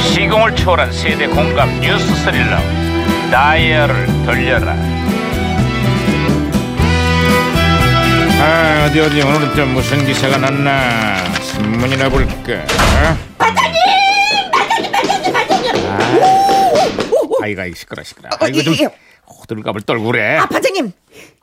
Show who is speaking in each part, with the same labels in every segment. Speaker 1: 시공을 초월한 세대 공감 뉴스 스릴러 다이얼을 돌려라 아 어디 어디 오늘은 또 무슨 기사가 났나 신문이나 볼까 어? 아, 아이가 이 시끄러 시끄러
Speaker 2: 어,
Speaker 1: 아이고 좀
Speaker 2: 예, 예.
Speaker 1: 호들갑을 떨구래
Speaker 2: 아 반장님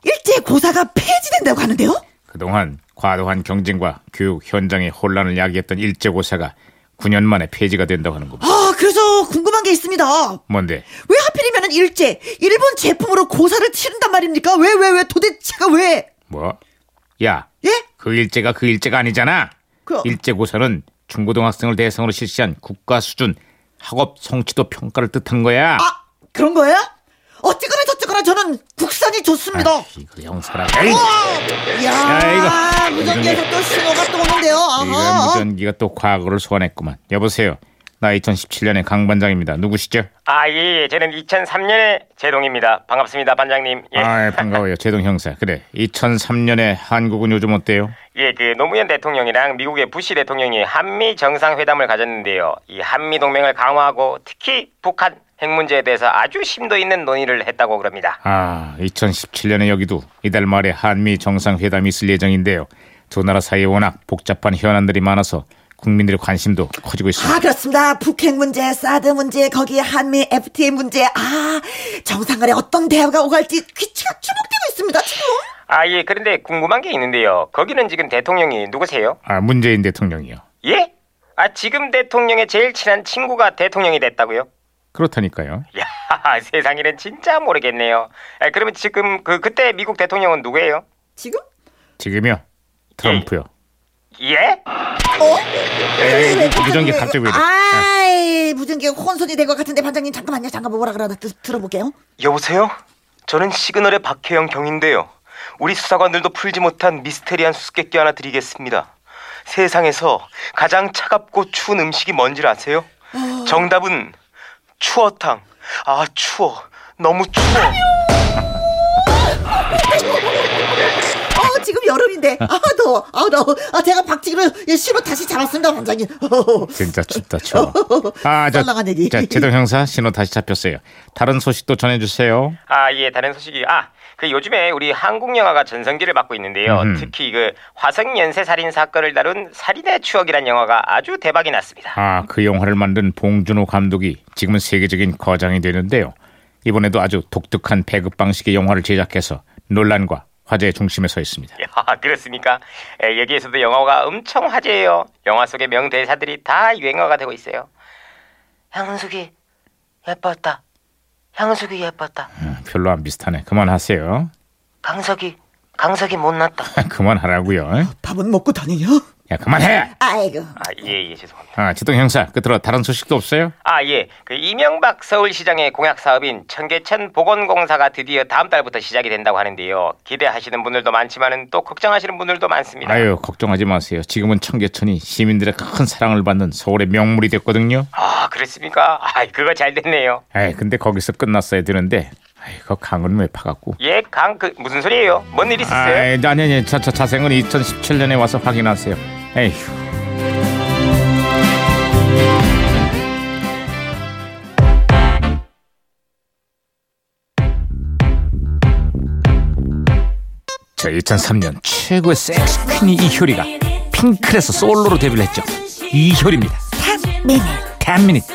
Speaker 2: 일제 고사가 폐지된다고 하는데요?
Speaker 1: 그동안 과도한 경쟁과 교육 현장의 혼란을 야기했던 일제고사가 9년 만에 폐지가 된다고 하는 겁니다
Speaker 2: 아 그래서 궁금한 게 있습니다.
Speaker 1: 뭔데
Speaker 2: 왜 하필이면 일제 일본 제품으로 고사를 치른단 말입니까? 왜 왜 왜 도대체가 왜?
Speaker 1: 뭐? 야,
Speaker 2: 예?
Speaker 1: 그 일제가 그 일제가 아니잖아.
Speaker 2: 그-
Speaker 1: 일제고사는 중고등학생을 대상으로 실시한 국가 수준 학업 성취도 평가를 뜻하는 거야.
Speaker 2: 아 그런 거예요? 어쨌거나 저쨌거나 저는 국산이 좋습니다.
Speaker 1: 아, 이거 형사라. 에이,
Speaker 2: 어!
Speaker 1: 아, 야,
Speaker 2: 야
Speaker 1: 이거.
Speaker 2: 무전기에서 또 신호가 또 오는데요.
Speaker 1: 이런
Speaker 2: 아하.
Speaker 1: 무전기가 또 과거를 소환했구만. 여보세요. 나 2017년의 강 반장입니다. 누구시죠?
Speaker 3: 아, 예, 예. 저는 2003년에 제동입니다. 반갑습니다, 반장님. 예.
Speaker 1: 아, 반가워요. 제동 형사. 그래. 2003년에 한국은 요즘 어때요?
Speaker 3: 예, 그 노무현 대통령이랑 미국의 부시 대통령이 한미 정상회담을 가졌는데요. 이 한미 동맹을 강화하고 특히 북한 핵 문제에 대해서 아주 심도 있는 논의를 했다고 그럽니다.
Speaker 1: 아, 2017년에 여기도 이달 말에 한미 정상회담이 있을 예정인데요. 두 나라 사이에 워낙 복잡한 현안들이 많아서 국민들의 관심도 커지고 있습니다.
Speaker 2: 아 그렇습니다. 북핵 문제, 사드 문제, 거기에 한미 FTA 문제, 아 정상간에 어떤 대화가 오갈지 귀치가 주목되고 있습니다. 지금.
Speaker 3: 아, 예. 그런데 궁금한 게 있는데요. 거기는 지금 대통령이 누구세요?
Speaker 1: 아, 문재인 대통령이요.
Speaker 3: 예? 아, 지금 대통령의 제일 친한 친구가 대통령이 됐다고요?
Speaker 1: 그렇다니까요.
Speaker 3: 야, 세상 일은 진짜 모르겠네요. 아, 그러면 지금 그 그때 미국 대통령은 누구예요?
Speaker 2: 지금?
Speaker 1: 지금요. 트럼프요.
Speaker 3: 예?
Speaker 1: 에이, 무전기 갑자기 왜 이래?
Speaker 2: 어? 아이 무전기 혼선이 된 것 같은데 반장님 잠깐만요. 잠깐 뭐라 그러나 드- 들어볼게요.
Speaker 3: 여보세요? 저는 시그널의 박혜영 경인데요. 우리 수사관들도 풀지 못한 미스테리한 수수께끼 하나 드리겠습니다. 세상에서 가장 차갑고 추운 음식이 뭔지 아세요? 정답은 추어탕. 아 추워. 너무 추워.
Speaker 2: 어 지금 여름인데 아더워 아더워 아 제가 박치기로 예, 실로 다시 잡았습니다 반장님. 어,
Speaker 1: 진짜 춥다 추워.
Speaker 2: 썰렁한 얘기.
Speaker 1: 자, 제동 형사 신호 다시 잡혔어요. 다른 소식도 전해주세요.
Speaker 3: 아, 예, 다른 소식이 아, 그 요즘에 우리 한국 영화가 전성기를 받고 있는데요.
Speaker 1: 음.
Speaker 3: 특히 그 화성 연쇄 살인 사건을 다룬 살인의 추억이란 영화가 아주 대박이 났습니다.
Speaker 1: 아, 그 영화를 만든 봉준호 감독이 지금은 세계적인 거장이 되는데요. 이번에도 아주 독특한 배급 방식의 영화를 제작해서 논란과 화제의 중심에 서 있습니다.
Speaker 3: 야, 그렇습니까? 예, 여기에서도 영화가 엄청 화제예요. 영화 속의 명대사들이 다 유행어가 되고 있어요. 향숙이 예뻤다. 향숙이 예뻤다.
Speaker 1: 음, 별로 안 비슷하네. 그만하세요.
Speaker 3: 강석이 강석이 못났다.
Speaker 1: 그만하라고요.
Speaker 2: 밥은 먹고 다니냐?
Speaker 1: 야, 그만해.
Speaker 2: 아이고
Speaker 3: 아, 예, 예, 죄송합니다.
Speaker 1: 아, 제동 형사 끝으로 다른 소식도 없어요?
Speaker 3: 아, 예. 그 이명박 서울시장의 공약 사업인 청계천 복원공사가 드디어 다음 달부터 시작이 된다고 하는데요. 기대하시는 분들도 많지만은 또 걱정하시는 분들도 많습니다.
Speaker 1: 아유 걱정하지 마세요. 지금은 청계천이 시민들의 큰 사랑을 받는 서울의 명물이 됐거든요.
Speaker 3: 아, 그렇습니까? 아, 그거 잘 됐네요.
Speaker 1: 에이 근데 거기서 끝났어야 되는데 아이고 그 강은 왜 파갖고.
Speaker 3: 예, 강, 그, 무슨 소리예요? 뭔 일 있었어요?
Speaker 1: 아이 아니 아니 자자 자생은 2017년에 와서 확인하세요. 에휴. 저 2003년 최고의 섹스 퀸이 이효리가 핑클에서 솔로로 데뷔를 했죠. 이효리입니다.
Speaker 2: 미니
Speaker 1: 10 minute.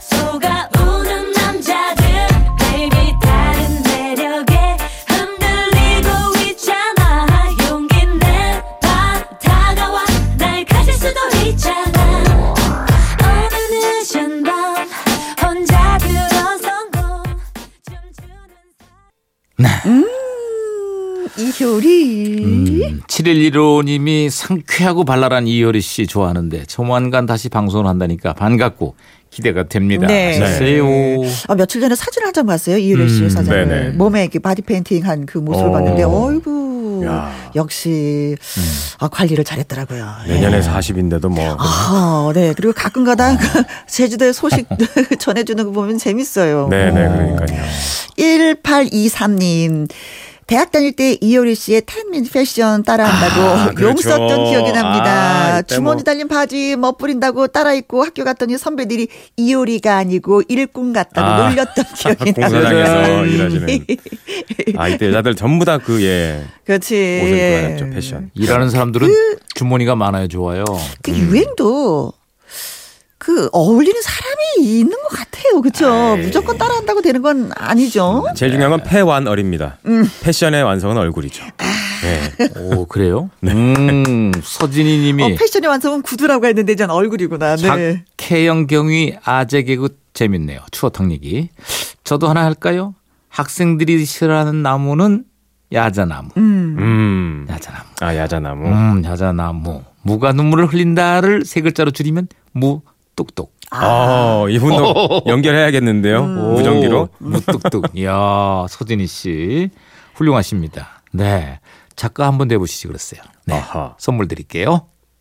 Speaker 4: 소가 우는 남자들 baby 다른 매력에 흔들리고 있잖아 용기 내봐 다가와 날 가질 수도 있잖아 어느 늦은 밤 혼자 들어선고 춤추는
Speaker 2: 이효리.
Speaker 1: 음.
Speaker 5: 7115님이 상쾌하고 발랄한 이효리 씨 좋아하는데 조만간 다시 방송을 한다니까 반갑고 기대가 됩니다.
Speaker 2: 네.
Speaker 5: 하세요.
Speaker 2: 아, 며칠 전에 사진 한 장 봤어요. 이효리 씨
Speaker 1: 음,
Speaker 2: 사진을.
Speaker 6: 네네.
Speaker 2: 몸에 이렇게 바디 페인팅 한 그 모습을
Speaker 6: 어.
Speaker 2: 봤는데, 어이구.
Speaker 6: 야.
Speaker 2: 역시,
Speaker 1: 음.
Speaker 2: 아, 관리를 잘했더라고요. 예.
Speaker 6: 내년에 40인데도 뭐
Speaker 2: 아, 네. 그리고 가끔가다 제주도의 소식
Speaker 6: 네.
Speaker 2: 전해주는 거 보면 재밌어요.
Speaker 6: 네네 그러니까요.
Speaker 2: 1823님. 대학 다닐 때 이효리 씨의 텐민 패션 따라한다고
Speaker 1: 아,
Speaker 2: 용
Speaker 1: 그렇죠.
Speaker 2: 썼던 기억이
Speaker 1: 아,
Speaker 2: 납니다.
Speaker 1: 이때
Speaker 2: 주머니
Speaker 1: 뭐.
Speaker 2: 달린 바지 멋부린다고 따라 입고 학교 갔더니 선배들이 이효리가 아니고 일꾼 같다고
Speaker 6: 아.
Speaker 2: 놀렸던 기억이 나.
Speaker 6: 공사장에서
Speaker 5: 짜잔.
Speaker 6: 일하시는. 아, 이때 여자들 전부 다 그, 예.
Speaker 2: 그렇지.
Speaker 6: 옷을 입고
Speaker 2: 예.
Speaker 6: 다녔죠, 패션.
Speaker 5: 일하는 사람들은 주머니가 많아요, 좋아요.
Speaker 2: 그 유행도 그 어울리는 사람이 있는 것 같아요. 그렇죠?
Speaker 6: 에이.
Speaker 2: 무조건 따라한다고 되는 건 아니죠.
Speaker 6: 제일 중요한 건 패완얼입니다. 패션의 완성은 얼굴이죠. 예.
Speaker 5: 오, 그래요?
Speaker 6: 네.
Speaker 5: 음, 서진이
Speaker 2: 어,
Speaker 5: 님이
Speaker 2: 패션의 완성은 구두라고 했는데 전 얼굴이구나. 네.
Speaker 5: 박혜영 경위 아재 개그 재밌네요. 추어탕 얘기. 저도 하나 할까요? 학생들이 싫어하는 나무는 야자나무.
Speaker 6: 음.
Speaker 5: 야자나무.
Speaker 6: 아, 야자나무.
Speaker 5: 음, 야자나무. 무가 눈물을 흘린다를 세 글자로 줄이면 무 똑똑.
Speaker 6: 아, 이분도 연결해야겠는데요. 무전기로.
Speaker 5: 오, 무뚝뚝. 이야, 서진희 씨. 훌륭하십니다. 네. 작가 한번 돼보시지 그랬어요. 네.
Speaker 6: 아하.
Speaker 5: 선물 드릴게요.